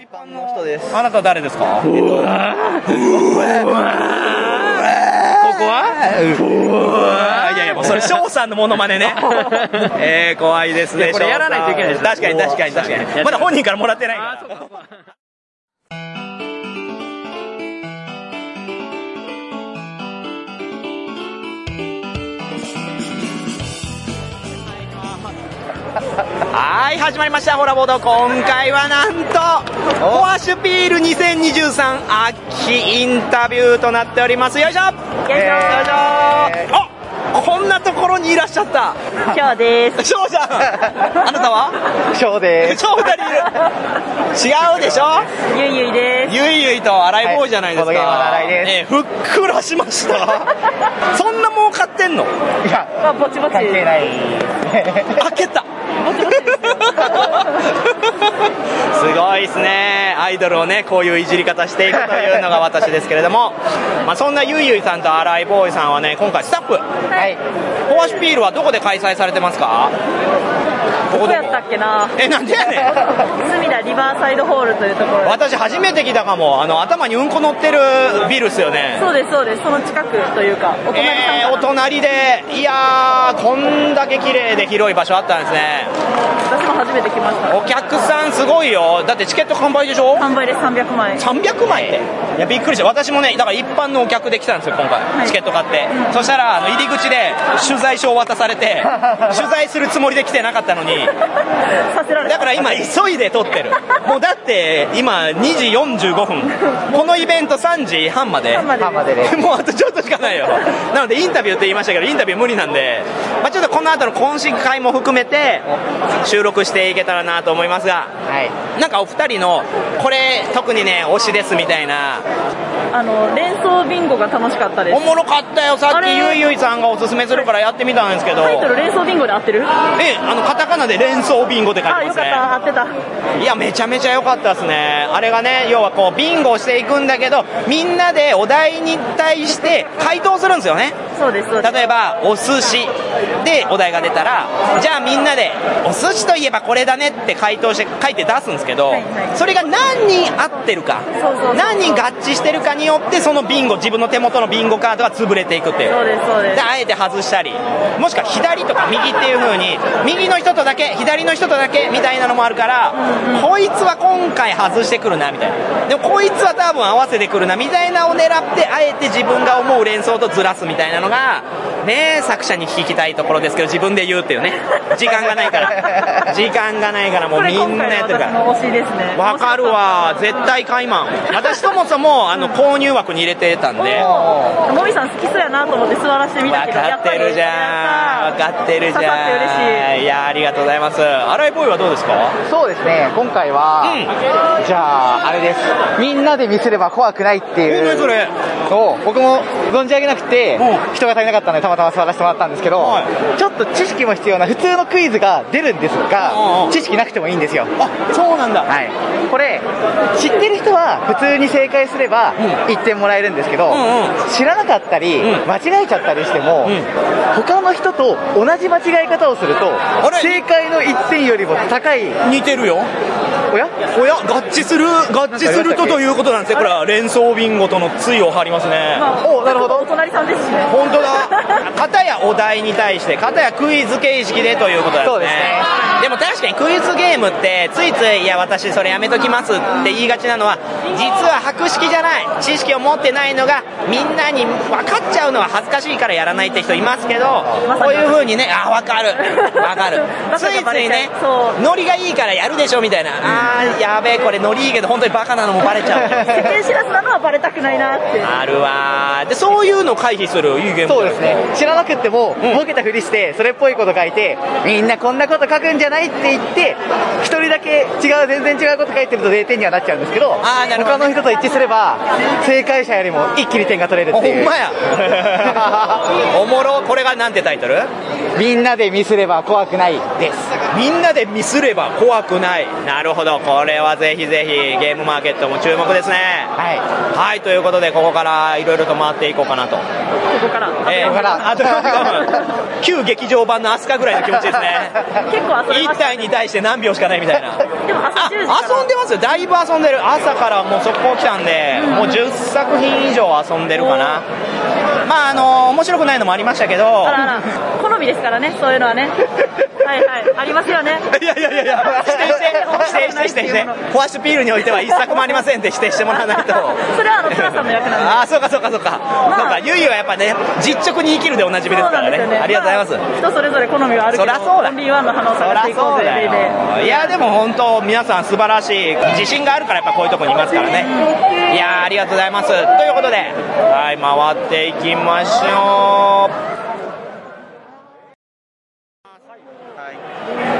一般の人です。あなた誰ですかうわうわうわここはあいやいや、もうそれ、翔さんのモノマ ネね。えー、怖いですいね、やこれやらないといけないでですす。確かに確かに確もかうに。まだ本人からもらってないから。はい、始まりました、ホラボード。今回はなんと、オアシュピール2023秋インタビューとなっております。よいしょよいしょイエーイあこんなところにいらっしゃった。今日です。翔 さんあなたは翔です。翔二人いる。違うでしょゆいゆいです。ゆいゆいと荒井坊じゃないですか。はいこの現場の荒井ですええふっくらしました。そんな儲かってんのいや、まあ、ぼちぼち。関係い。ない。開けたすごいですねアイドルをねこういういじり方していくというのが私ですけれども、まあ、そんなゆいゆいさんと新井ボーイさんはね今回スタッフはい。ホアシュピールはどこで開催されてますかここどこどやこったっけな。えなんでやねん隅田リバーサイドホールというところ。私初めて来たかもあの頭にうんこ乗ってるビルっすよねそうです、そうです。その近くというか、お隣えさーおんかな、隣でいやーこんだけ綺麗で広い場所あったんですね私も初めて来ました。お客さんすごいよだってチケット完売でしょ販売で300万円。 300枚っていやびっくりした私もねだから一般のお客で来たんですよ今回、いチケット買って、そしたらあの入り口で取材証を渡され て取材するつもりで来てなかったのにさせられだた。から今急いで撮ってるもうだって今2時45分このイベント3時半まで3まで浜でで。 もうあとちょっとしかないよなのでインタビューって言いましたけどインタビュー無理なんで、まあ、ちょっとこの後の懇親会も含めて収録していけたらなと思いますがはい。なんかお二人のこれ特にね推しですみたいなあの、連想ビンゴが楽しかったでおす。もろかったよさあっきれゆいゆいさんがおすすめするからやってみたんですけどタイトル連想ビンゴで合ってるあええあのカタカナで連想ビンゴって書いてよまかっすねた、合ってた。いやめちゃめちゃ良かったですねあれがね要はこうビンゴをしていくんだけどみんなでお題に対して回答するんですよねそうです、そうです。例えばお寿司でお題が出たらじゃあみんなでお寿司といえばこれだねって回答して書いて出すんですけど、はいはいそれが何人合ってるかそうそうそう何人合致してるかによってそのビンゴ自分の手元のビンゴカードが潰れていくっていうそうです、そうで。ですあえて外したりもしくは左とか右っていう風に右の人とだけ左の人とだけみたいなのもあるから、こいつは今回外してくるなみたいなでもこいつは多分合わせてくるなみたいなを狙ってあえて自分が思う連想とずらすみたいなのがねえ作者に聞きたいところですけど自分で言うっていうね時間がないから時間がないからもうこれみ今んな回やのってるから私。の推しですね。わかるわ絶対買いまん私ともそもあの購入枠に入れてたんでもみさん好きそうやなと思って座らせてみた分けど、かってるじゃん分やっぱりかってるじ刺さっゃんていやありがとうございます新井ボーイはどうですかそうですね、今回は、じゃあ、あれです。みんなで見せれば怖くないっていう。お前それそう僕も存じ上げなくてう人が足りなかったのでたまたま座らせてもらったんですけど、はちょっと知識も必要な普通のクイズが出るんですうんうがん知識なくてもいいんですよあそうなんだはいこれ知ってる人は普通に正解すれば1点もらえるんですけど、んう知らなかったり、うん間違えちゃったりしても、うん他の人と同じ間違え方をするとれ正解の1点よりも高い似てるよおやおや合致する合致するとということなんですねこれは連想ビンゴとの対を張りますねまあ、おなるほどお隣さんですしね。 本当だ片やお題に対して片やクイズ形式でということなんですねそうですねでも確かにクイズゲームってついつい「いや私それやめときます」って言いがちなのは実は博識じゃない知識を持ってないのがみんなに分かっちゃうのは恥ずかしいからやらないって人いますけどこういうふうにねあ分かる分かるバつカがいバつレちゃういねそうノリがいいからやるでしょみたいなあーやべえこれノリいいけど本当にバカなのもバレちゃう 世間知らずなのはバレたくないなって。あるわーでそういうのを回避するいいゲームだそようですね知らなくてもんボケたふりしてそれっぽいこと書いてみんなこんなこと書くんじゃないって言って一人だけ違う全然違うこと書いてると0点にはなっちゃうんですけどあーなるほど他の人と一致すれば正解者よりも一気に点が取れるあっほていんうまやおもろこれがなんてタイトル みんなでミスれば怖くないですみんなでミスれば怖くないなるほどこれはぜひぜひゲームマーケットも注目ですねははいということでここからいろいろと回っていこうかなとここから。えーここから あと4分旧劇場版の飛鳥ぐらいの気持ちですね 結構遊べれま1した体に対して何秒しかないみたいな。でも朝あ10時から遊んでますよ、だいぶ遊んでる、朝からもう速攻来たんで、もう10作品以上遊んでるかな、まあ、あの面白くないのもありましたけど、あらあら好みですからねそういうのはねはいはいありますよねいやいやいやいや、否定して、否定して、否定して、フォアシュピールにおいては一作もありませんって否定してもらわないと。それはあのトラさんの役なんでああ、そうかそうかそうか、あそうか、ゆいはやっぱね、実直に生きるでおなじみですからね、ありがとうございます。人それぞれ好みはあるけそどりゃそうだオンリーワンの花をそ探りしゃていこそううぜだでよいやでも本当皆さん素晴らしい自信があるからやっぱこういうとこにいますからねいやーありがとうございますということではい回っていきましょう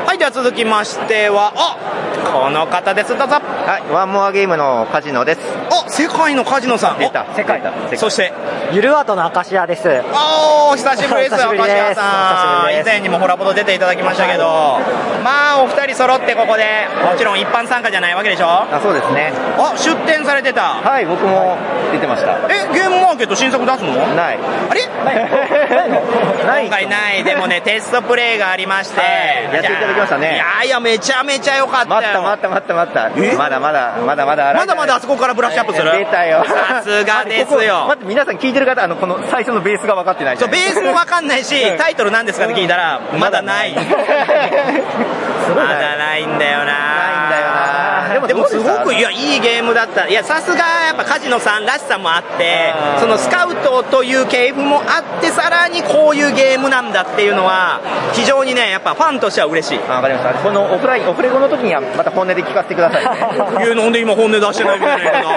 はいでは続きましてはあこの方ですどうぞはい、ワンモアゲームのカジノです。あ世界のカジノさん出た、世界だ。おそしてゆるアートのアカシアです。あーお久しぶりです お久しぶり明です石家さんお久しぶり以です前にもホラボド出ていただきましたけどまあお二人揃ってここでもちろん一般参加じゃないわけでしょあ、そうですね。あ出店されてたはい、僕も出てました。えゲームマーケット新作出すのない。あれ ない今回ない でもねテストプレイがありまして、いやっていただきましたねいやいやめちゃめちゃ良かったよ待った待った待った待った。えまだまだ、まだまだ洗まいじだゃないまだあそこからブラッシュアップする出たよ。さすがですよあれここ待って、皆さん聞いてる方、あの、この最初のベースが分かってないじゃそうなベいースも分かんないしタイトル何ですかって聞いたらまだないま だないんだよなないんだよなでもでもすでもどうでしたごくいやいいゲームだったいやさすがやっぱカジノさんらしさもあってあーそのスカウトという系譜もあってさらにこういうゲームなんだっていうのは非常にねやっぱファンとしては嬉しいあ、わかりました。このオフライン、オフレコの時にはまた本音で聞かせてください ね。いやなんで今本音出してないみたいな言い方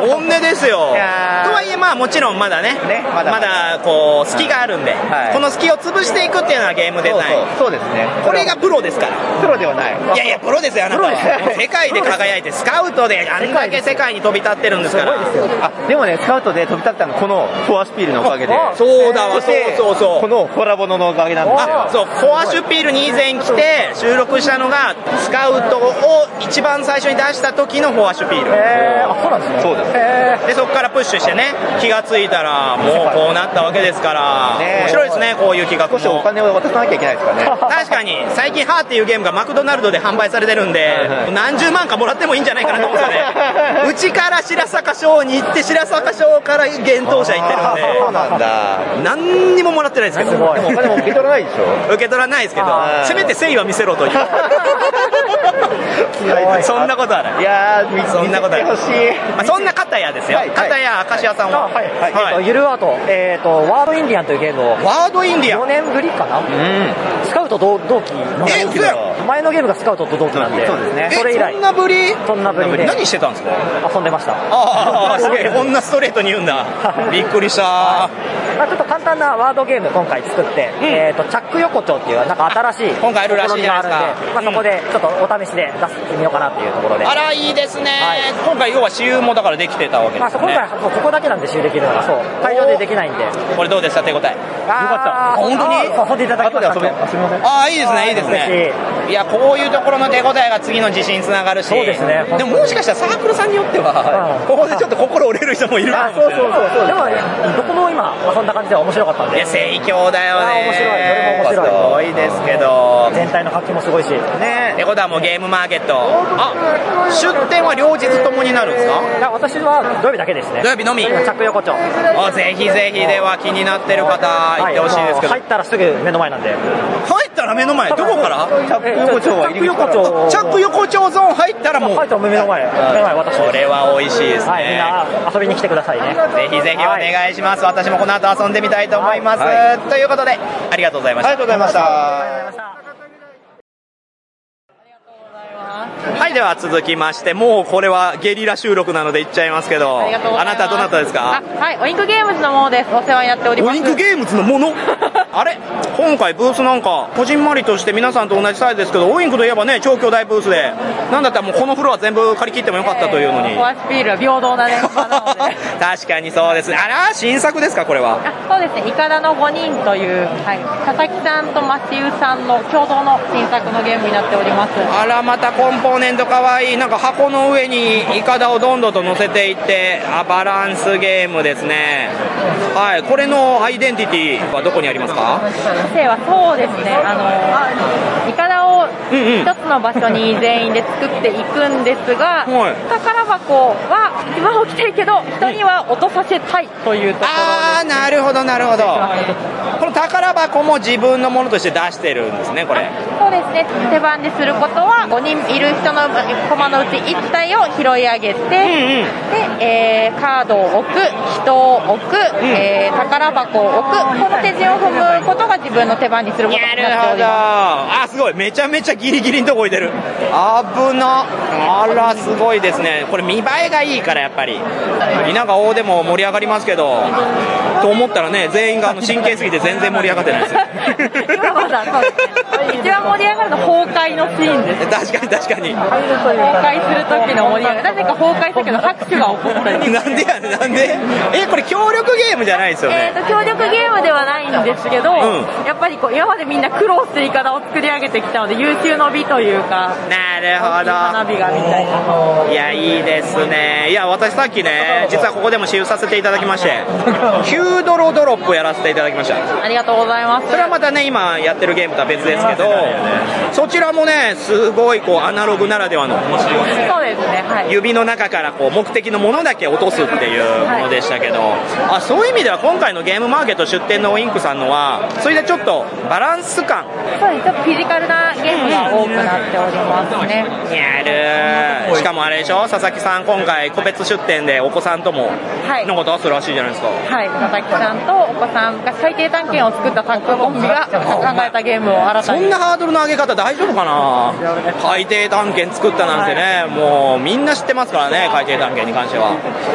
本音ですよとやーはいえまあもちろんまだねねまだまだこう隙があるんで、はいこの隙を潰していくっていうのはゲームデそうザインそう、そうですね。これがプロですからプロではない。いやいやプロですよあなたは世界で輝いてスカウトであんだけ世界に飛び立ってるんですからあ、でもね、スカウトで飛び立ったの、このフォアスピールのおかげで。そうだわそそうしてそうそうこのコラボののおかげなんですあよ。そうコアシュピールに以前来て収録したのがスカウトを一番最初に出した時のフォアシュピールえー、あ、そうなんですね。そうですえでそこからプッシュしてね気がついたらもうこうなったわけですから、ねえ面白いですねこういう企画少しおも金を渡さなきゃいけないですからね。確かに最近「ハーっていうゲームがマクドナルドで販売されてるんで、はい何十万かもらってもいいんじゃないかなと思うんですよねうちから白坂賞に行って白坂賞から厳冬者行ってそうるんでなんだ。何にももらってないですけどすごいでもお金も受け取らないでしょ。受け取らないですけどあーせめて誠意は見せろという そんなことはないいやー、みそんなことない見てほしい。まあそんな片やですよ、はいはい片や明石家さんー、あは、はい。えっと、ゆるアート、えっと、ワードインディアンというゲームを、ワードインディアン4年ぶりかなスカウト同同期のえ嘘やろ前のゲームがスカウトと同期なんで、そうですねそれ以来えそん、なぶりそんなぶりで何してたんですか遊んでました。ああすげえこんなストレートに言うんだ びっくりしたまあ、ちょっと簡単なワードゲーム今回作って、えっ、と、チャック横丁っていう、なんか新しい、今回あるらしいじゃないですか試みがあるんで、まあ、そこでちょっとお試しで出してみようかなっていうところで。あらいいですね、はい今回要は私有もだからできてたわけまであ、すそうよね今回、そうここだけなんで使用できるのが、そう、会場でできないんで。よこれどうでした手応えかった本当にそう、遊んでいただきました。後で遊べ遊びませんああいいですねいいですねいやこういうところの手応えが次の自信につながるしそうですねでももしかしたらサークルさんによってはうんここでちょっと心折れる人もいるかあもしそうれそうないそうそう。でも、どこも今、遊んだ感じでは面白かったんいでや、盛況だよねあ面白いそれも面白いすごいですけど全体の活気もすごいし、ってことはもうゲームマーケットあ出店は両日ともになるんですかいや私は土曜日だけですね。土曜日のみチャック横丁。あぜひぜひでは気になってる方行ってほしいですけど、はいもう入ったらすぐ目の前なんで。入ったら目の前どこからチャック横丁は入り口からチャック横丁ゾーン入ったらもう入ったら目の前、目の前私こです。れは美味しいですね、はい、みんな遊びに来てくださいね。ぜひぜひお願いします、私もこの後遊んでみたいと思います、はいということでありがとうございましたありがとうございました。はいでは続きましてもうこれはゲリラ収録なので言っちゃいますけどありがとうございます。なたどなたですかあはい、オインクゲームズのものです。お世話になっておりまオす。インクゲームズのもの あれ今回ブースなんかこじんまりとして皆さんと同じサイズですけどオインクといえばね超巨大ブースでなんだったらもうこのフロア全部借り切ってもよかったというのに、 えーコアスピールは平等なね、場なので。確かにそうですねあら新作ですかこれはあそうですね、イカダの5人という、はい、佐々木さんとマシウさんの共同の新作のゲームになっております。あらまたコンポーネントかわいいなんか箱の上にイカダをどんどんと乗せていってあバランスゲームですねはいこれのアイデンティティはどこにありますか生はそうですね、あの、イカダをうんうん一つの場所に全員で作っていくんですが、はい宝箱は今は置きたいけど、人には落とさせたいというところああなるほどなるほどこの宝箱も自分のものとして出してるんですねこれそうですね、手番ですることは、5人いる人の駒のうち1体を拾い上げて、で、えーカードを置く、人を置く、えー宝箱を置く、この手順を踏むことが自分の手番にすることになってなるおほりどます。あすごいめちゃめちゃギリギリのとこ置いてる危なあらすごいですねこれ見栄えがいいからやっぱり稲が大でも盛り上がりますけどと思ったらね全員があの真剣すぎて全然盛り上がってないです よ今まだ、そうですね一番盛り上がるのは崩壊のシーンです。確かに確かに崩壊する時の盛り上がり。なぜか崩壊したけど拍手が起こったり。なんでやねんなんでえこれ協力ゲームじゃないですよねえー、と協力ゲームではないんですけど、うやっぱりこう今までみんな苦労してイカダを作り上げてきたので優秀の美というかなるほど花火がみたいないや、いいですね。いや、私さっきね、実はここでも私有させていただきまして、9ドロドロップやらせていただきました。ありがとうございますそれはまたね、今やってるゲームとは別ですけど、そちらもね、すごいこう、アナログならではの、そうですねはい指の中からこう、目的のものだけ落とすっていうものでしたけど、あ、そういう意味では今回のゲームマーケット出店のウインクさんのは、それでちょっとバランス感、そうですちょっとフィジカルなゲームが多くなっておりますねやるしかもあれでしょ佐々木さん今回個別出店でお子さんともはいのことをするらしいじゃないですかはい佐々木さんとお子さんが最低探検を作ったタッグコンビが考えたゲームを新たそにんなハードルの上げ方大丈夫かな海底探検作ったなんてねもうみんな知ってますからね海底探検に関してはあ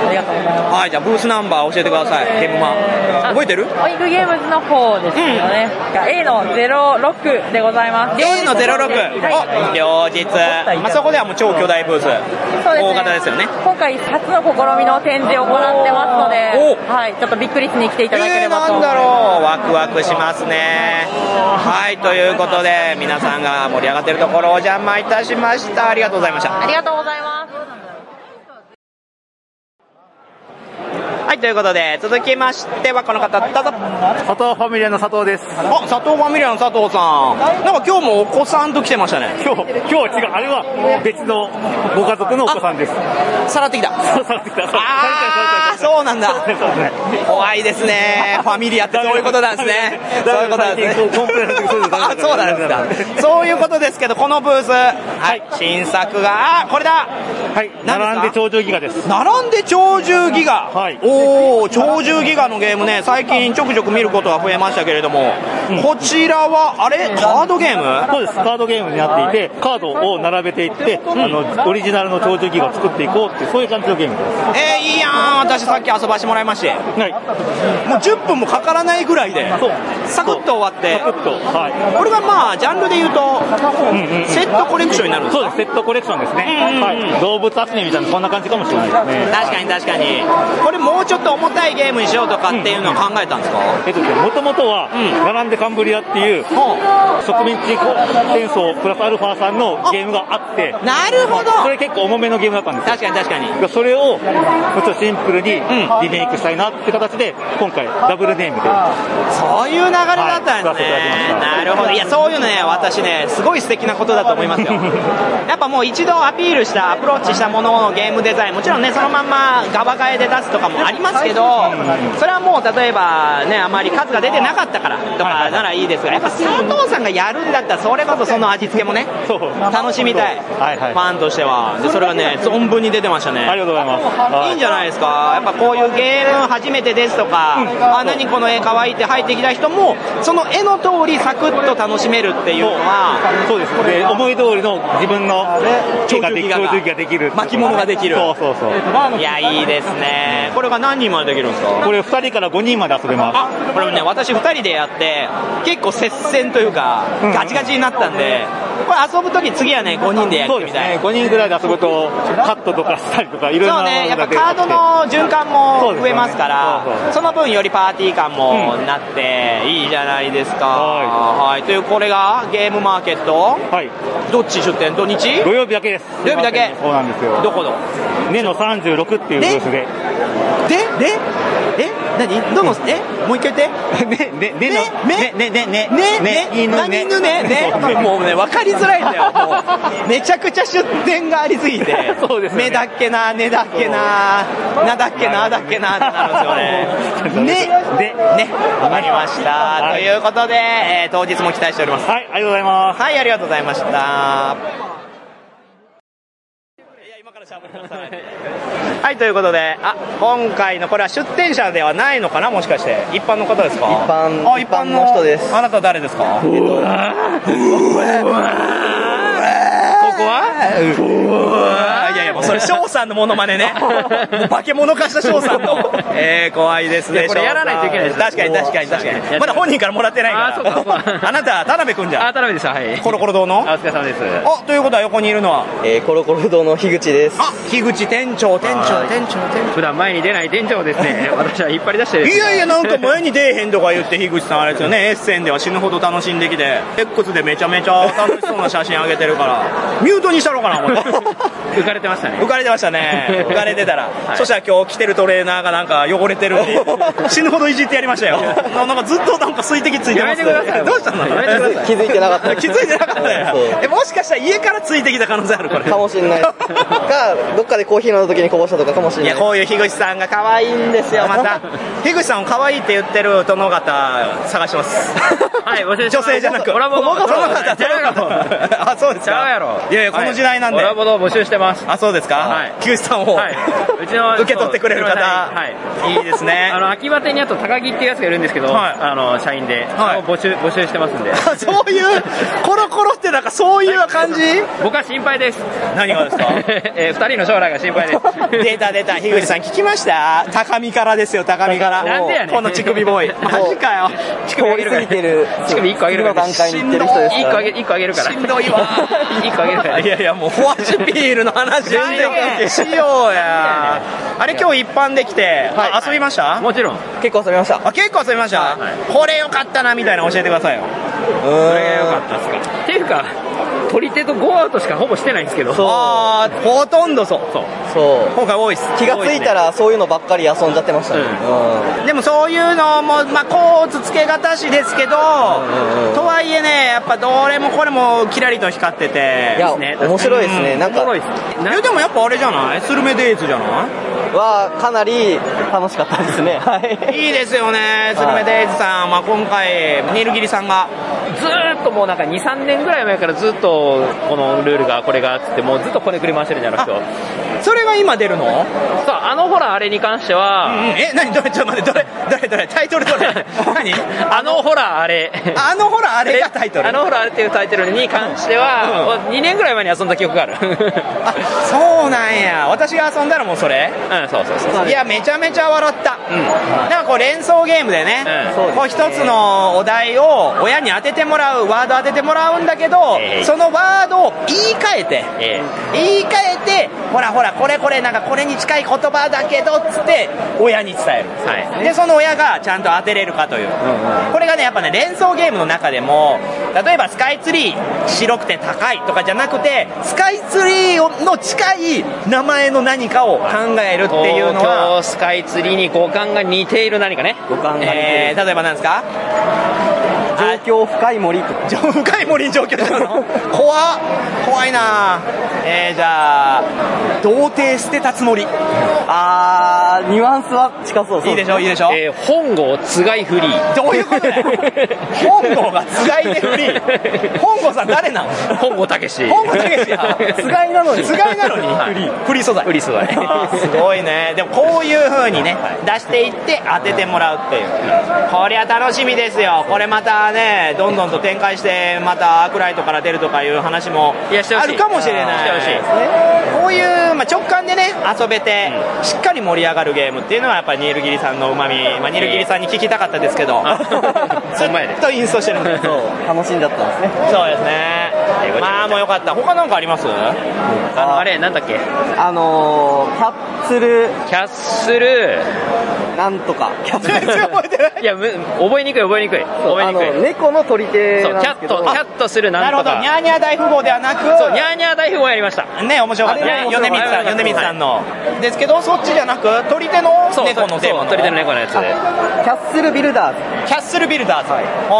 りがとうございますはいじゃあブースナンバー教えてくださいゲームマあ覚えてるオインクゲームズの方ですよね、A の06でございます A の06はいお両日、まあ、そこではもう超巨大ブースそうですね大型ですよね今回初の試みの展示を行ってますのでお、はい、ちょっとびっくりしに来ていただけえれー、ばとな思んいまだす。ろうワクワクしますねはいということで皆さんが盛り上がってるところお邪魔いたしましたありがとうございましたありがとうございます。はいということで続きましてはこの方どうぞ佐藤ファミリアの佐藤です。あ佐藤ファミリアの佐藤さんなんか今日もお子さんと来てましたね今日、今日違う、あれは別のご家族のお子さんです。さらってきた そうされてきた。あーそうなんだそうですね 怖いです ねファミリアってそういうことなんですねそういうことなんです最ね近コンプライアンスがそうですあそうなんですかそういうことですけどこのブースはい新作があこれだはい、何ですか並んで頂上ギガです。並んで鳥獣ギガ、はいおお鳥獣ギガのゲームね最近ちょくちょく見ることが増えましたけれども、こちらはあれカードゲームそうです、カードゲームになっていて、カードを並べていって、あの、オリジナルの頂上ギガを作っていこうっていう、そういう感じのゲームです。えー、いいやん私さっき遊ばしてもらいましてもはい。う10分もかからないぐらいでそう。サクッと終わってサクッと。はい。これがまあジャンルで言うとセットコレクションになるんですそかうです、セットコレクションですね。うんうんうんはい。動物集めみたいな、そんな感じかもしれないですね。確かに確かにこれもうちょっと重たいゲームにしようとかっていうのは考えたんですか、えっとですね、もともとは、うん並んでカンブリアっていう、ほう植民地戦争プラスアルファさんのゲームがあって、なるほどそれ結構重めのゲームだったんですよ確かに確かにそれを、もうちょっとシンプルにリんメイクしたいなって形で、今回、ダブルネームで。そういう流れだったんですね、はないるほどいやそういうのね私ねすごい素敵なことだと思います よやっぱもう一度アピールしたアプローチしたもののゲームデザインもちろんねそのまんまガバ替えで出すとかもありますけどそれはもう例えばねあまり数が出てなかったからとかならいいですがやっぱ佐藤さんがやるんだったらそれこそその味付けもねそう楽しみたい、はいはいファンとしてはでそれがね存分に出てましたねありがとうございます。はいいんじゃないですか、やっぱこういうゲーム初めてですとか、あ何この絵かわいいって入ってきた人も、その絵の通り、サクッと楽しめるっていうのは、そうですで思い通りの自分の絵ができ長長寿寿期期がができる巻物ができるそうそうそういや、いいですね、これが何人までできるんですかこれ2人から5人まで遊べまあこれもね、私2人でやって、結構接戦というか、うんガチガチになったんで、これ遊ぶとき、次はね、5人でやすっそうてみですたいね。5人ぐらいで遊ぶとカットとかしたりとかいろいろそうなもね、やのっがぱ出カてきてードの循環も増えますから、そそうですよねそうそうの分よりパーティー感もなって、いいじゃないですか。は、はいという、これがゲームマーケット、はいどっち出店土日土曜日だけです土曜日だけそうなんですどよこの根の36っていうブースでででえ何どのえもう一回言 ってね、ね、ねの、ね、ね、ね、ね、ねね犬何ね 犬ねねもうね分かりづらいんだよもうめちゃくちゃ出典がありすぎてそうですよね目だっけなねだっけななだっけなだっけなってなるんですよねねでね分かりましたということで、えー当日も期待しておりますはい、ありがとうございます。はいありがとうございましたはいということであ今回のこれは出店者ではないのかなもしかして一般の方ですか一般あ一般一般の人ですあなた誰ですかここはいやいやもうそれ翔さんのモノマネ ねもう化け物化した翔さんの えー、怖いですねいやこれやらないといけないです翔さん確かに確かに確かにもうやっまだ本人からもらってないからあそうかそう かあなた田辺君じゃんあ、田辺でした。はい。コロコロ堂のあ、お疲れ様です。あということは横にいるのはえーコロコロ堂の樋口ですあ樋口店長店長店長店普段前に出ない店長をです ね、私は引っ張り出してで長すねいやいやなんか前に出えへんとか言って樋口さんあれですよ ねエッセンでは死ぬほど楽しんできて X でめちゃめちゃ楽しそうな写真あげてる からミュートにしたろうかな思って浮かれてましたね浮。かれてました ね浮かれてたら、はいそしたら今日着てるトレーナーがなんか汚れてるんで 死ぬほどいじってやりましたよななんかずっとなんか水滴ついてますねやめてくださいどうしたのやめてくだ気づいてなかった気づいてなかったよそうえもしかしたら家からついてきた可能性あるこれかもしんないがどっかでコーヒー飲んだ時にこぼしたとかかもしんいないやこういう樋口さんが可愛いんですよまた 樋口さんを可愛いって言ってる殿方探してます はい、忘女れてました性じゃなくコラボ殿方殿方ちゃうやろ。 あそうですちゃかうやろ。いやいやこの時代なんではいコラボの募集してます。あそうですか、はい樋口さんを、はい。うちの、受け取ってくれる方はい。 いいですねあの、秋葉店にあと高木っていうやつがいるんですけど、はいあの、社員で、はいあの募集、募集してますんで。あそういうコロコロってなんかそういう感じ僕は心配です。 何がですかえー、二人の将来が心配 です。出た出た樋口さん聞きました高みからですよ高みからなんでやねんこの乳首ボーイマジかよ乳通り過ぎてる乳首一個あげるから。次の段階に行ってる人です一個あげ、一個あげるから。しんどいわ 一個あげるから。いやいやもうフォアシビールの話全然関係しようやあれ今日一般できて、あ遊びました、もちろん。結構遊びましたうあ結構遊びました、はいこれ良かったなみたいなの教えてくださいよーんっていうか、取り手とゴーアウトしかほぼしてないんですけど。ああほとんどそうそう。そう今回多いっす気がついたらそういうのばっかり遊んじゃってましたねうんでもそういうのも、まあ、コーツつけがたしですけど、とはいえね、やっぱどれもこれもキラリと光ってて、いやね面白いですねなんかおもろいっす。いやでもやっぱあれじゃないスルメデイズじゃなはかなり楽しかったですねはいいいいですよね、スルメデイズさん、まあ、今回、ニルギリさんが、ずーっともうなんか2、3年ぐらい前からずっと、このルールが、これが、つって、もうずっとこねくり回してるじゃないですか。それが今出るの、そう、あのほら、あれに関してうんは、え、何、どれ、ちょっと待って、どれ、どれ、どれ、タイトルどれ、 何あのほら、あれ。あのほら、あれがタイトル。あのほら、あれっていうタイトルに関しては、2年ぐらい前に遊んだ記憶がある。うあそうなんや、私が遊んだらもうそれん、そうそうそう。いやめちゃめちゃ笑った、なんかこう連想ゲームでねうん、こう一つのお題を親に当ててもらうワード当ててもらうんだけど、ええそのワードを言い換えて、え言い換えてほらほらこれこれなんかこれに近い言葉だけどっつって親に伝えるえはい。でその親がちゃんと当てれるかという、これがねやっぱね連想ゲームの中でも例えばスカイツリー白くて高いとかじゃなくてスカイツリーの近い名前の何かを考えるっていうの東京は、スカイツリーに五感が似ている何かね。五感がえー、例えば何ですか状況深い森とか じゃあ深い森に上京したの怖っ怖いなえー、じゃあ童貞捨てたつもりあーニュアンスは近そうそういいでしょいいでしょ、えー、本郷つがいフリー。どういうことだよ 本郷がつがいでフリー本郷さん誰なの本郷たけし。本郷武 史やつがいなのにつがいなのにはフいリーフリー素材フリー素材あ ーすごいねでもこういう風にね出していって当ててもらうっていうこりゃ楽しみですよこれまたねどんどんと展開してまたアークライトから出るとかいう話もいやしてほあしいるかもしれないしてほしこういう、まあ、直感でね遊べてしっかり盛り上がるゲームっていうのはやっぱニールギリさんのうまみまあニールギリさんに聞きたかったですけどあほんまやでずっとインストしてるんですそう楽しんじゃったんですねそうですね。ということでまあもうよかった他なんかありますああのあれなんだっけあのー、キャッツル、キャッスルなんとか。キャッツ全然覚えてないいやむ覚えにくい覚えにくい覚えあにくの、い猫の取り手そうなんキでャすッけど。トキャットするななんるほとどかニャーニャー大富豪ではなくそうニャーニャー大富豪やりましたね面白かったあれは面米白かった光さん米光さんのですけどそっちじゃなく取り手のそう猫のテーマそうの鳥手の猫のやつでキャッスルビルダーズ。キャッスルビルダーズ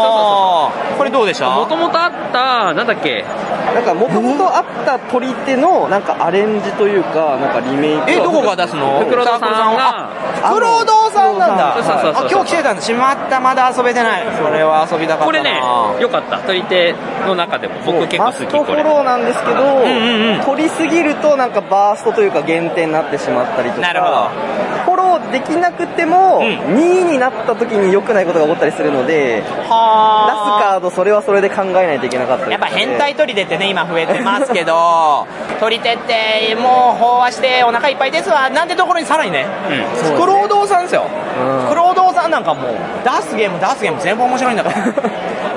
ああこれどうでしたもともとあったなんだっけなんか、もともとあった取り手の、なんかアレンジというか、なんかリメイク。えどこが出すの袋田さんサークがルさんをあ袋堂さんなんだそうそうそうそうあ今日来てたんだしまったまだ遊べてないこれは遊びたかったなこれねよかった鳥手の中でも僕結構マ好スきトフこォれローなんですけど、んうん取りすぎるとなんかバーストというか限定になってしまったりとかなるほフォローできなくても、ん2位になった時に良くないことが起こったりするので出すはカードそれはそれで考えないといけなかったりとあかやっぱ変態取り手ってね今増えてますけど取り手ってもう飽和してお腹いっぱいですわなんてところにさらにねすねフクロウドウさんですよんフクロウドウさんなんかもう出すゲーム出すゲーム全部面白いんだから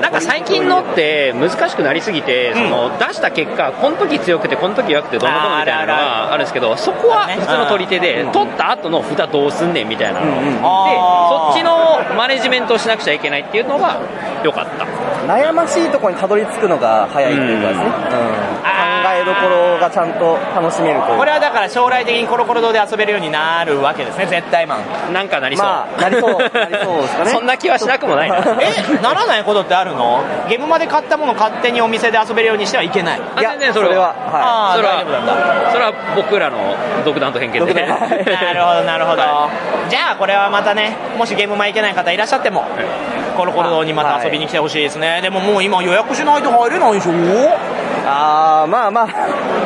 なんか最近のって難しくなりすぎて、うんその出した結果この時強くてこの時弱くてどうのこうのみたいなのはあるんですけどそこは普通の取り手で取った後の札どうすんねんみたいなのであーそっちのマネジメントをしなくちゃいけないっていうのが良かった悩ましいところにたどり着くのが早いっていうかですね、うん考えどころがちゃんと楽しめるというこれはだから将来的にコロコロ堂で遊べるようになるわけですね絶対マンなんかなりそう、まあなりそうなりそうですかね そんな気はしなくもないな えならないことってあるのゲームまで買ったもの勝手にお店で遊べるようにしてはいけないあいや全然それそれはははそれ大丈夫なんだはそれは僕らの独断と偏見独で断はい な るほどなるほど、はじゃあこれはまたねもしゲーム前行けない方いらっしゃっても、コロコロ堂にまた遊びに来てほしいですね、でももう今予約しないと入れないでしょああまあまあ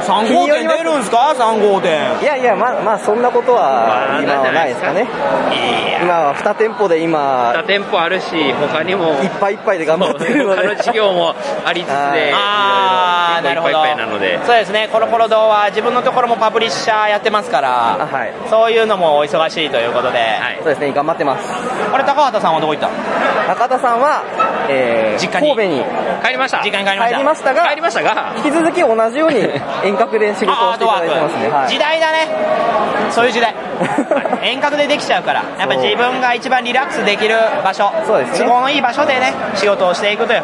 3日号により店ます出るんすか3号店いやいやまあまあそんなことまあは今はないですかね、今は2店舗で今他店舗あるし他にもいっぱいいっぱいで頑張ってるの他ので事業もありつつでああいなるろほいどろ結構いっぱいいっぱいなのでそうですねコロコロ堂は自分のところもパブリッシャーやってますから、あはいそういうのもお忙しいということで、はいそうですね頑張ってますあれ高畑さんはどこ行った中田さんは、えー実家に神戸に帰りました時間に帰りまし帰たりましたが帰りましたが引き続き同じように遠隔で仕事あをしてアーいたトワだいてますね、ークは時い、代だねそういう時代遠隔でできちゃうからやっぱそう自分が一番リラックスできる場所そうですね都合のいい場所でね仕事をしていくとよ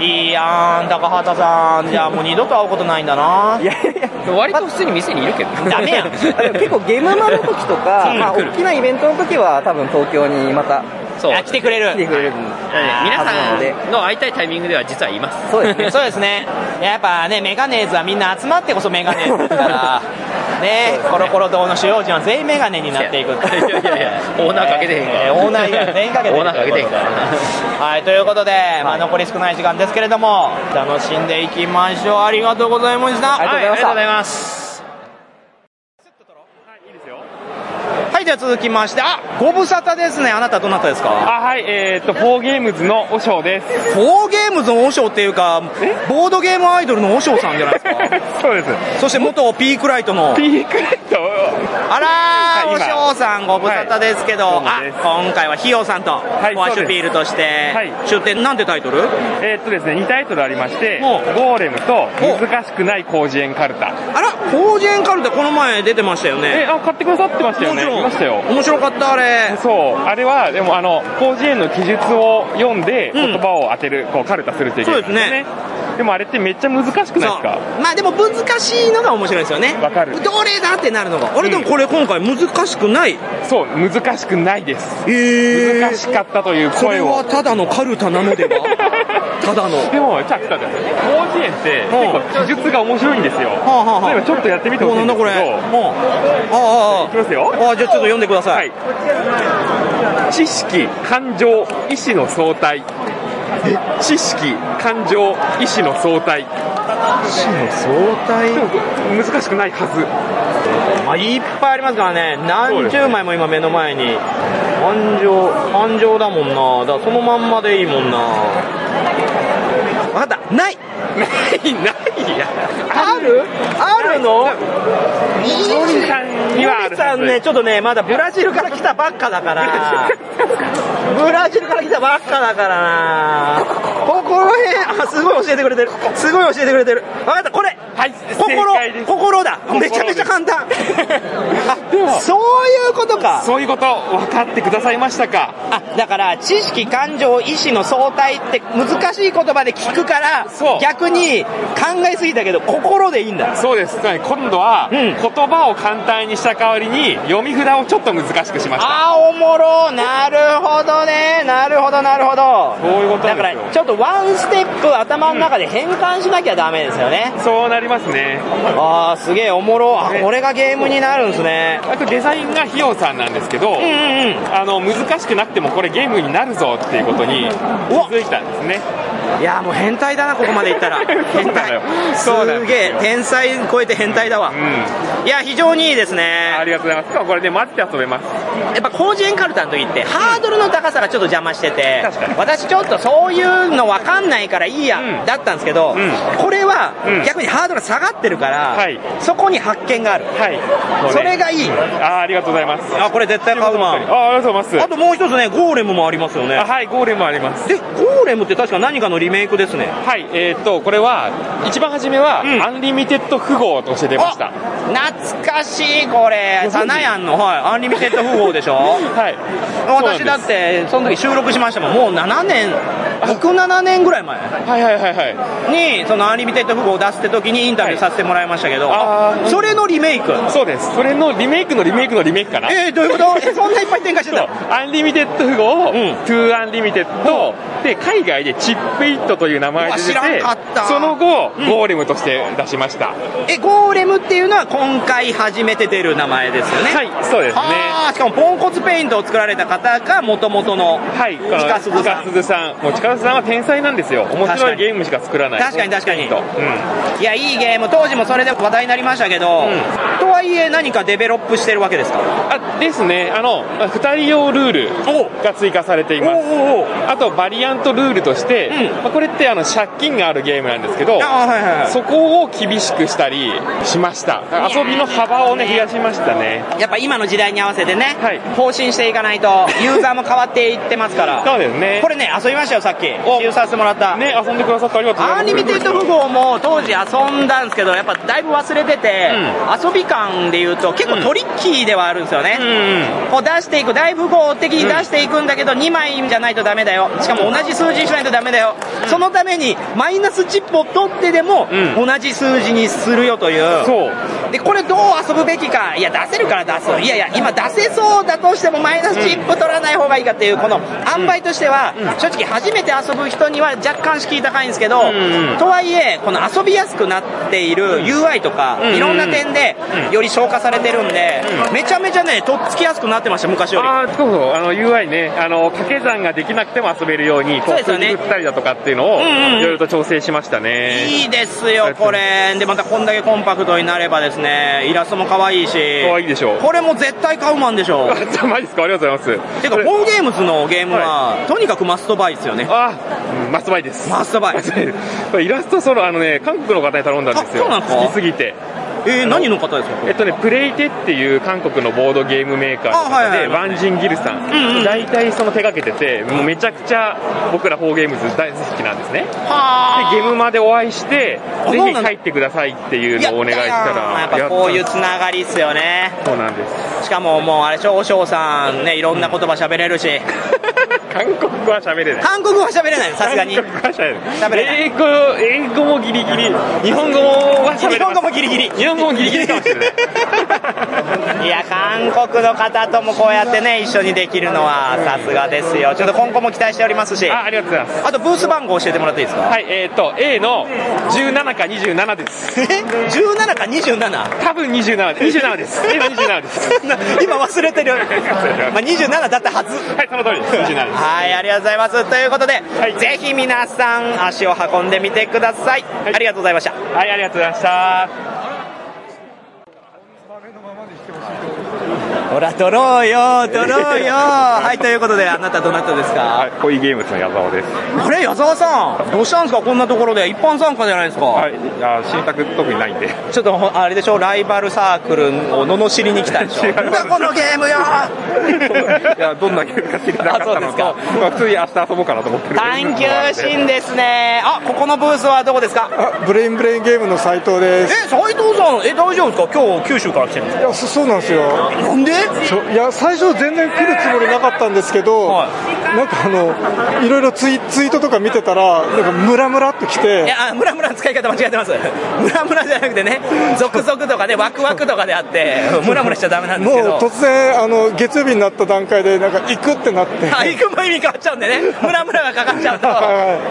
いいやん高畑さんじゃあもう二度と会うことないんだないや いやいや割と普通に店にいるけどダメ やんあでも結構ゲームマンの時とか、まあ、大きなイベントの時は多分東京にまたそうあ来てくれる来てくれるえー皆はずなさんの会いたいタイミングでは実はいますそうですねそうですねやっぱねメガネーズはみんな集まってこそメガネーズだからねコロコロ堂の主要人は全員メガネになっていくってういやいやいやオーナーかけてへんからえーオーナー以外全員かけてる オーナーかけてへんからはいということで、まあ、残り少ない時間ですけれども楽しんでいきましょうありがとうございましたありがとうございましたはありがとうございますはい、では続きまして、あ、ご無沙汰ですね。あなたどなたですかあはい、えー、っと、フォーゲームズの和尚です。ボーゲームズの和尚っていうか、ボードゲームアイドルの和尚さんじゃないですか。そうです。そして元ピークライトのピークレット。あらー、はおい今嬢さんご無沙汰ですけど、はいどうもですあ今回はひよさんと、いフォアシュピールとして、はい出展、なんてタイトルえー、っとですね、2タイトルありまして、ほゴうーレムと難しくない広辞苑カルタ。あら、広辞苑カルタ、この前出てましたよえね。あ、買ってくださってましたよもちね。ろ見ん、ましたよ。面白かった、あれ。そう、あれは、でもあの、広辞苑の記述を読んで、うん言葉を当てる、こう、カルタするっていうゲームなんそうでですね。でもあれってめっちゃ難しくないですそうかまあでも難しいのが面白いですよねわかるどれだってなるのがあれうんでもこれ今回難しくない、そう難しくないです。え難しかったというそれ声を。はただのカルタなので はただのでも、ちゃあ、ただ、広辞苑って、結構、記述が面白いんですよ。例えあはあはあば、ちょっとやってみてほおしいなんんだですこけれど、もあいあきますよ。あああじゃあちょっと読んでくださ、はいい。知識、感情、意志の相対。知識、感情、意志の相対。意志の相対難しくないはず。あいっぱいありますからね何十枚も今目の前に感情感情だもんなだからそのまんまでいいもんな分かった ないない、ないや。あるあるのノリさんにはあゆるりさはんねず。ちょっとねまだブラジルから来 たばっかだからブラジルから来たばっかだからなここの辺あすごい教えてくれてるすごい教えてくれてる分かったこれ、はい、正解で心す心だ心でめちすゃめちゃ簡 単もあそういうことかそういうこと分かってくださいましたかあだから知識感情意志の相対って難しい言葉で聞くから逆に考えすぎたけど心でいいんだそうですつまり今度は言葉を簡単にした代わりに読み札をちょっと難しくしましたあーおもろなるほどねなるほどなるほどそういうことなんですよだからちょっとワンステップ頭の中で変換しなきゃダメですよね、そうなりますねああすげえおもろあこれがゲームになるんですねあとデザインがひよさんなんですけど、あの難しくなってもこれゲームになるぞっていうことに気づいたんですねいやもう変態だなここまでいったら 変態そうなんですげえ天才超えて変態だわ、いや非常にいいですねありがとうございますこれで待って遊べますやっぱ工事園カルタの時ってハードルの高さがちょっと邪魔してて私ちょっとそういうの分かんないからいいや、だったんですけど、これはうん逆にハードルが下がってるから、そこに発見がある、いそれがいいあーありがとうございますあこれ絶対買うなあありがとうございますあともう一つねゴーレムもありますよねあはいゴーレムありますでゴーレムって確か何かのリメイクですねはいえーっとこれは一番初めは、アンリミテッド富豪として出ました懐かしいこれご存知サナヤンの、はい、アンリミテッド富豪でしょ はい私だってその時収録しましたもんもう7年67年ぐらい前はいはいはいはいにそのアンリミテッド富豪を出すって時にインタビューさせてもらいましたけど、それのリメイクそうですそれのリメイクのリメイクのリメイクかなえー、どういうことえそんないっぱい展開してたのアンリミテッド富豪、トゥーアンリミテッド、で、海外でチップイットという名前で出てうわ知らんかったその後、ゴーレムとして出しました。えゴーレムっていうのは今回初めて出る名前ですよねはいそうですねあーしかもポンコツペイントを作られた方がもともとのはい、この近鈴さん近鈴さん。もう近鈴さんは天才なんですよ。確面か白にいゲームしか作らない。確かに確かにとうん。いやいいゲーム当時もそれで話題になりましたけど、とはいえ何かデベロップしてるわけですかあですね、あの、2人用ルールが追加されています。あと、バリアントルールとして、まあ、これってあの借金があるゲームなんですけど、あはいはいはいそこを厳しくしたりしました。遊びの幅をね、増やしましたね。やっぱ今の時代に合わせてね、更新していかないとユーザーも変わっていってますから そうですねこれね遊びましたよさっき使用させてもらったね遊んでくださってありがとうございますアンリミテッド富豪も当時遊んだんですけどやっぱだいぶ忘れてて、遊び感でいうと結構トリッキーではあるんですよね、こう出していくだいぶこう的に出していくんだけど2枚じゃないとダメだよしかも同じ数字にしないとダメだよ、そのためにマイナスチップを取ってでも同じ数字にするよというでこれどう遊ぶべきかいや出せるから出すいやいや今出せそうだとしてもマイナスチップ取らない方がいいかっていうこの塩梅としては正直初めて遊ぶ人には若干敷居高いんですけどとはいえこの遊びやすくなっている UI とかうんいろんな点でより消化されてるんでめちゃめちゃねとっつきやすくなってました昔よりあーそうそうあの UI ねあの掛け算ができなくても遊べるようにそうですよねこう振ったりだとかっていうのをうんうんうんいろいろと調整しましたねいいですよこれでまたこんだけコンパクトになればですねイラストも可愛いし可愛いでしょこれも絶対買うマンでしょ じゃあマジですかありがとうございますてかフォーゲームズのゲームは、とにかくマストバイですよねあマストバイですマストバイ これイラストソロあのね韓国の方に頼んだんですあそようなんですか好きすぎてえー、何の方ですかえっとねプレイテっていう韓国のボードゲームメーカーのあはい方はいでワンジンギルさん大体その手がけててもうめちゃくちゃ僕らフォーゲームズ大好きなんですねでゲームまでお会いしてぜひ帰ってくださいっていうのをお願いしたらやっぱこういうつながりっすよねそうなんですしかももうあれ少々さんねいろんな言葉喋れるし韓国語は喋れな い韓国語は喋れないさすがに韓国語は喋れない喋れない英語英語もギリギリ日本語は喋れます日本語もギリギリ日本語もギリギリかもしれないいや韓国の方ともこうやってね一緒にできるのはさすがですよちょっと今後も期待しておりますしあありがとうございますあとブース番号教えてもらっていいですかはいえっ、と A の17か27ですえ17か 27? 多分27です27です A の27です 今忘れてる、まあ、27だったはずはいその通りです27ですはい、ありがとうございます。ということで、ぜひ皆さん足を運んでみてください。ありがとうございました。はい、ありがとうございました。ほら、取ろうよ、取ろうよ。 はい、ということで、あなたどなたですかはい、恋ゲームズの矢沢です。あれ、矢沢さん、どうしたんですか、こんなところで、一般参加じゃないですか。はい、あ新作特にないんで。ちょっとほん、あれでしょ、ライバルサークルを罵りに来たでしょ。違いますなんだこのゲームよいや、どんなゲームか知らなかったのと、まあ普通に明日遊ぼうかなと思ってる。探求心ですね。あ、ここのブースはどこですかブレインブレインゲームの斉藤え、です斎藤さん、え、大丈夫ですか今日、九州から来てるんですいやそそうなんですよなんでいや最初全然来るつもりなかったんですけど、なんかあのいろいろツイツイートとか見てたらなんかムラムラっと来いてや、あムラムラの使い方間違えてます。 ムラムラじゃなくてね、ゾクゾクとかね、ワクワクとかであって、ムラムラしちゃダメなんですけど。もう突然あの月曜日になった段階でなんか行くってなってあ、行くも意味変わっちゃうんでね、ムラムラがかかっちゃうと、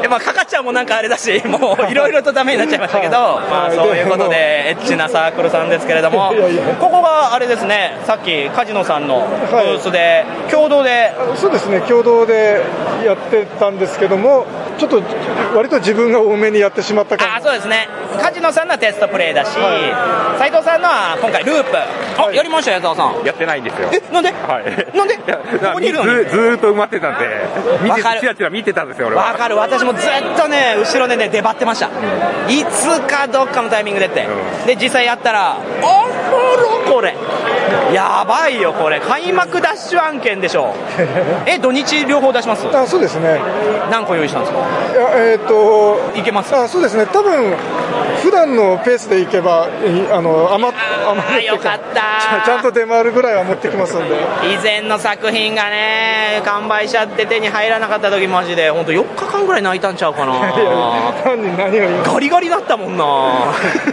えまあ、かかっちゃうもなんかあれだし、もういろいろとダメになっちゃいましたけど、まあ、そういうことで、エッチなサークルさんですけれども、ここがあれですね、さっき、カジノさんのブースで、共同でそうですね共同でやってたんですけどもちょっと割と自分が多めにやってしまったあそうですね、カジノさんのはテストプレイだし、斎藤さんのは今回、ループ、あ、やりました、矢沢さん。やってないんですよ。え、なんではい。なんでこ こにいるのにずずーっと埋まってたんで、見わてかるチラチラ見てたんですよ、俺は。わかる私もずっとね後ろでね出張ってました、いつかどっかのタイミングでって、で実際やったらあらこれやばいよこれ開幕ダッシュ案件でし ょえ土日両方出しますあそうですね何個用意したんですかいやえっ、といけますあそうですね多分普段のペースでいけばいあの余っ余るよかったちゃちゃんと出回るぐらいは持ってきますんで以前の作品がね完売しちゃって手に入らなかった時マジで本当4日間ぐらい 泣いたんちゃうかな何何を言うガリガリだったもん な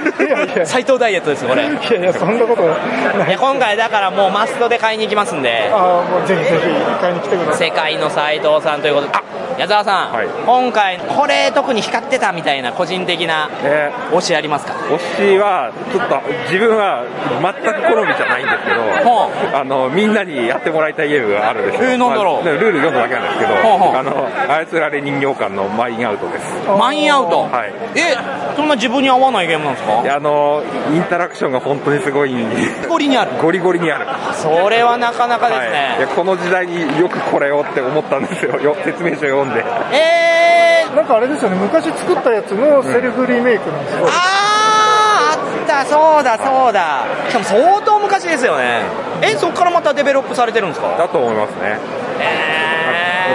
斎藤ダイエットですこれいやいやそんなこと や今回だからもうマストで買いに行きますんであもうぜひぜひ買いに来てくださ世界の斎藤さんということであ矢沢さん、今回これ特に光ってたみたいな個人的なえ推しありますか推しは、ちょっと自分は全く好みじゃないんですけど、あのみんなにやってもらいたいゲームがあるんですよえーなんだろうまあルール読むだけなんですけほうほうど、あの操られ人形館のマインアウトです。マインアウト、はいえそんな自分に合わないゲームなんですかいやあのインタラクションが本当にすごい ゴリにあるゴリゴリにあるそれはなかなかですねいやこの時代によくこれをって思ったんですよよ説明書読んでえなんかあれですよね昔作ったやつのセルフリメイクなんですよ、ああったそうだそうだしかも相当昔ですよねえそこからまたデベロップされてるんですかだと思いますね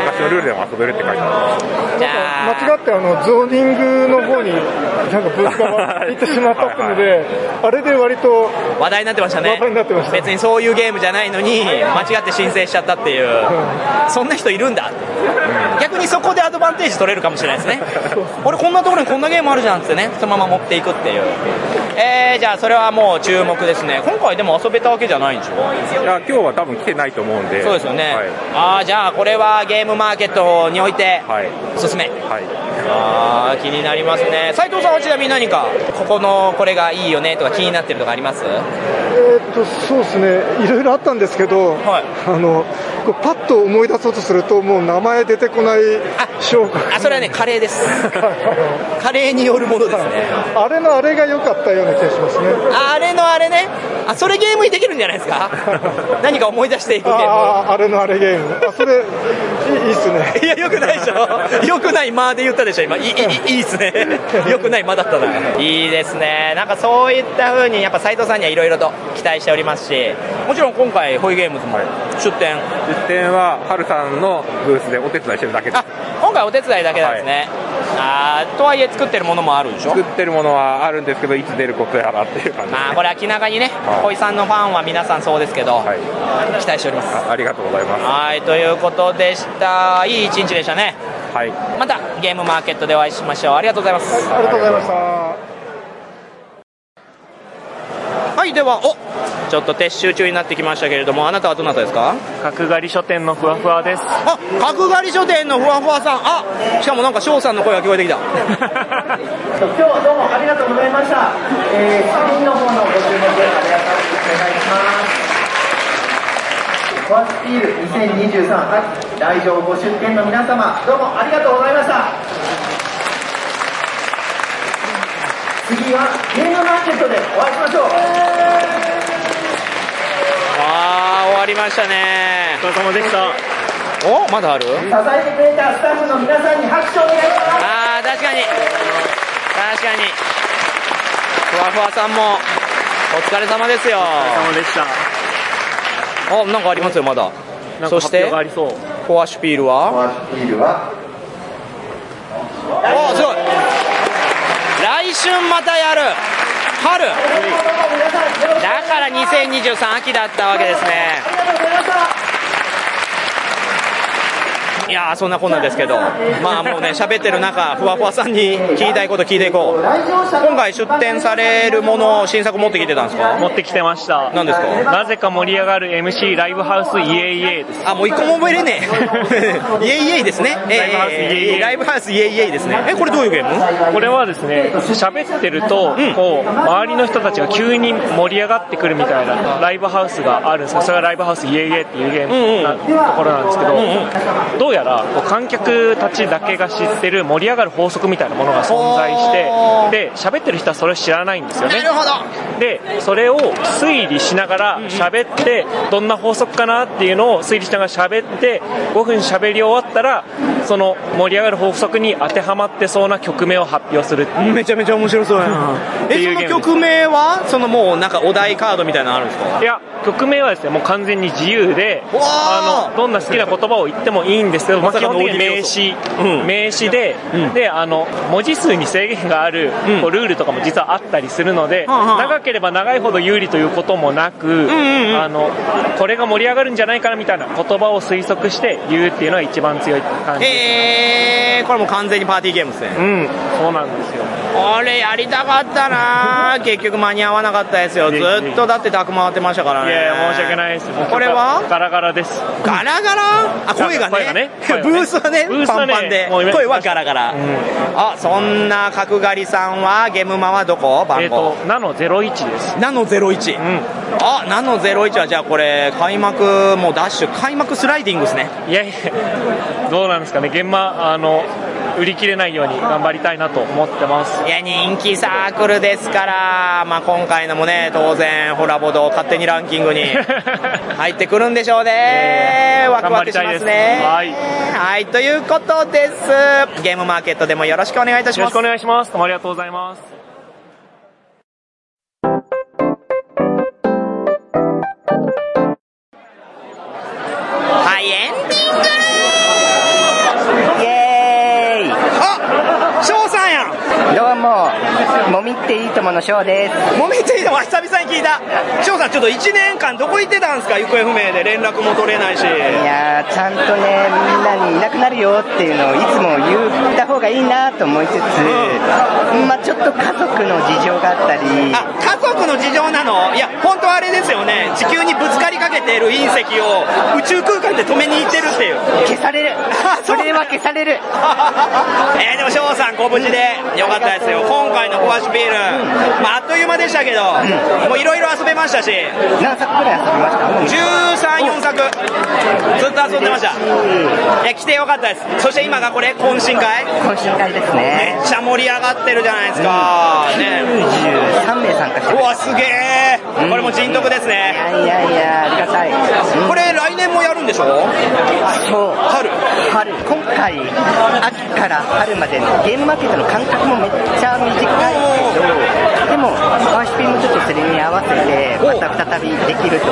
昔のルールでも遊べるって書いてある間違ってあのゾーニングの方になんかブースが行ってしまったっていうのであれで割と話題になってましたね別にそういうゲームじゃないのに間違って申請しちゃったっていう、そんな人いるんだ逆にそこでアドバンテージ取れるかもしれないですね俺こんなところにこんなゲームあるじゃんっつってねそのまま持っていくっていうえー、じゃあそれはもう注目ですね今回でも遊べたわけじゃないんでしょいや今日は多分来てないと思うんでそうですよね、はいああじゃあこれはゲームマーケットにおいておすすめ、ああ気になりますね斉藤さんはちなみに何かここのこれがいいよねとか気になってるとかありますえーっとそうですねいろいろあったんですけど、あのこうパッと思い出そうとするともう名前出てこない証拠あそれはねカレーですカレーによるものですねあれのあれが良かったような気がしますねああれのあれねあそれゲームにできるんじゃないですか何か思い出していくゲームあああれのあれゲームあそれいいいいっすねいや、よくないでしょ、よくない間で言ったでしょ、今、いいいいいいっすね、よくない間だったな、いいですね、なんかそういった風に、やっぱ斎藤さんにはいろいろと期待しておりますし、もちろん今回、ホイゲームズも出店、出店はハルさんのブースでお手伝いしてるだけです今回お手伝いだけなんですね、あーとはいえ、作ってるものもあるでしょ作。ってるものはあるんですけどいつ出ることやらっていう感じですねまあこれ明らかにね、はい小井さんのファンは皆さんそうですけど、期待しておりますあありがとうございますはいということでしたいい一日でしたねはいまたゲームマーケットでお会いしましょうありがとうございます、ありがとうございましたはいではおちょっと撤収中になってきましたけれどもあなたはどなたですか角刈り書店のふわふわですあ角刈り書店のふわふわさんあしかもなんか翔さんの声が聞こえてきた今日はどうもありがとうございました。えー、作品の方のご注文でありがとうございます。ワンスティール2023秋来場ご出店の皆様、どうもありがとうございました。次はゲームマーケットでお会いしましょう。あー終わりりましたねお疲れ様でしたおまだある支えてくれたスタッフの皆さんに拍手をお願いしますあー確かに確かにふわふわさんもお疲れ様ですよお疲れ様でしたあなんかありますよまだなんかそし発表てがありそうコアシュピールはビールはおすごい来春またやる春だから2023秋だったわけですねいやーそんなこんなんですけどまあもうね喋ってる中ふわふわさんに聞きたいこと聞いていこう今回出展されるもの新作持ってきてたんですか持ってきてました何ですかなぜか盛り上がる MC ライブハウスイエイエイですあもう一個も覚えれねえ イエイイエイですねライブハウスイエイエイライブハウスイエイイエイですねえこれどういうゲームこれはですね喋ってると、こう周りの人たちが急に盛り上がってくるみたいなライブハウスがあるんですけどそれがライブハウスイエイエイっていうゲームなところなんですけど、どうやらこう観客たちだけが知ってる盛り上がる法則みたいなものが存在してで喋ってる人はそれを知らないんですよねなるほどでそれを推理しながら喋ってどんな法則かなっていうのを推理しながら喋って5分喋り終わったらその盛り上がる法則に当てはまってそうな曲名を発表するめちゃめちゃ面白そうやなえその曲名はそのもうなんかお題カードみたいなのあるんですかいや曲名はですねもう完全に自由であのどんな好きな言葉を言ってもいいんですけど、まあ、基本的に名詞、名詞で,、であの文字数に制限がある、こうルールとかも実はあったりするので、はあはあ長ければ長いほど有利ということもなく、あのこれが盛り上がるんじゃないかなみたいな言葉を推測して言うっていうのが一番強い感じへえこれもう完全にパーティーゲームですねうんそうなんですよあれやりたかった なぁ結局間に合わなかったですよずっとだって宅回ってましたからねいやいや申し訳ないですこれはガラガラですガラガラあ声がね声がねブースはねブースパはンねパンでもう今声はガラガラ、あそんな角刈りさんはゲムマはどこ番号えっ、とナノ01ですナノ01、あナノ01はじゃあこれ開幕もうダッシュ開幕スライディングですねいやいや、どうなんですかね、現場、あの売り切れないように頑張りたいなと思ってます。いや、人気サークルですから、まあ、今回のもね、当然、ホラボド、勝手にランキング に入ってくるんでしょうね、ワクワクしますね。頑張りはい、ということです、ゲームマーケットでもよろしくお願いいたしよろましすくお。願いします。どうもありがとうございます。はい、エンディングイエーイあ翔さんやんどうももみっていいともの翔ですもめていいのは久々に聞いた。翔さん、ちょっと1年間どこ行ってたんですか行方不明で連絡も取れないし。いやーちゃんとねみんなにいなくなるよっていうのをいつも言った方がいいなと思いつつ、まあちょっと家族の事情があったり家族の事情なのいや本当はあれですよね地球にぶつかりかけている隕石を宇宙空間で止めに行ってるっていう消されるそれは消される えーでも翔さんご無事でよかったですよ今回のコアシビール、まあ、あっという間でしたけど、もういろいろ遊べましたし何作くらい遊びました134作ずっと遊んでましたいや来てよかったですそして今がこれ懇親会懇親会ですねめっちゃ盛り上がってるじゃないですか、ね93名参加してうわすげえこれも人徳ですね、いやいやありがたい、これ来年もやるんでしょそう春春今回秋から春までのゲームマーケットの間隔もめっちゃ短いけどでもワンシピもちょっとそれに合わせてまた再びできるといい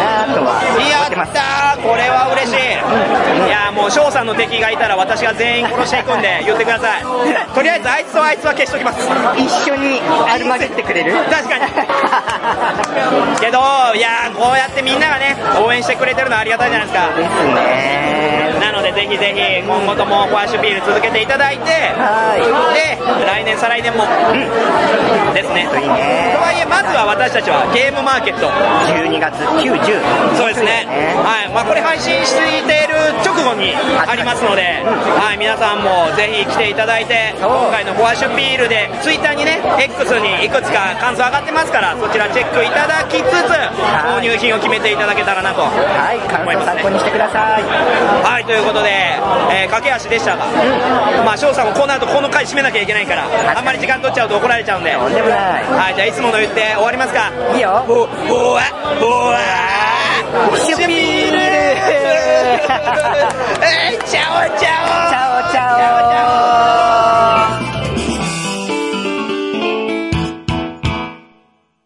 なとは思ってますあこれは嬉しいいやもう翔さんの敵がいたら私が全員殺していくんで言ってく ださいとりあえずあいつとあいつは消しときます一緒にアルマゲってくれる確かにけどいやーこうやってみんながね応援してくれてるのはありがたいじゃないですかですねなのでぜひぜひ今後ともファッシュビール続けていただいてで来年再来年も、ですねとはいえまずは私たちはゲームマーケット12月90そうですねはい、まあ、これ配信している直後にありますので、はい、皆さんもぜひ来ていただいて今回のフォアシュピールでツイッターにね X にいくつか感想上がってますからそちらチェックいただきつつ購入品を決めていただけたらなとはい感想参考にしてくださいはいということで、えー駆け足でしたが、まあ翔さんもこの後この回締めなきゃいけないからあんまり時間取っちゃうと怒られちゃうんでとんでもないはいじゃあいつもの言って終わりますかいいよぼぼわぼわシュピール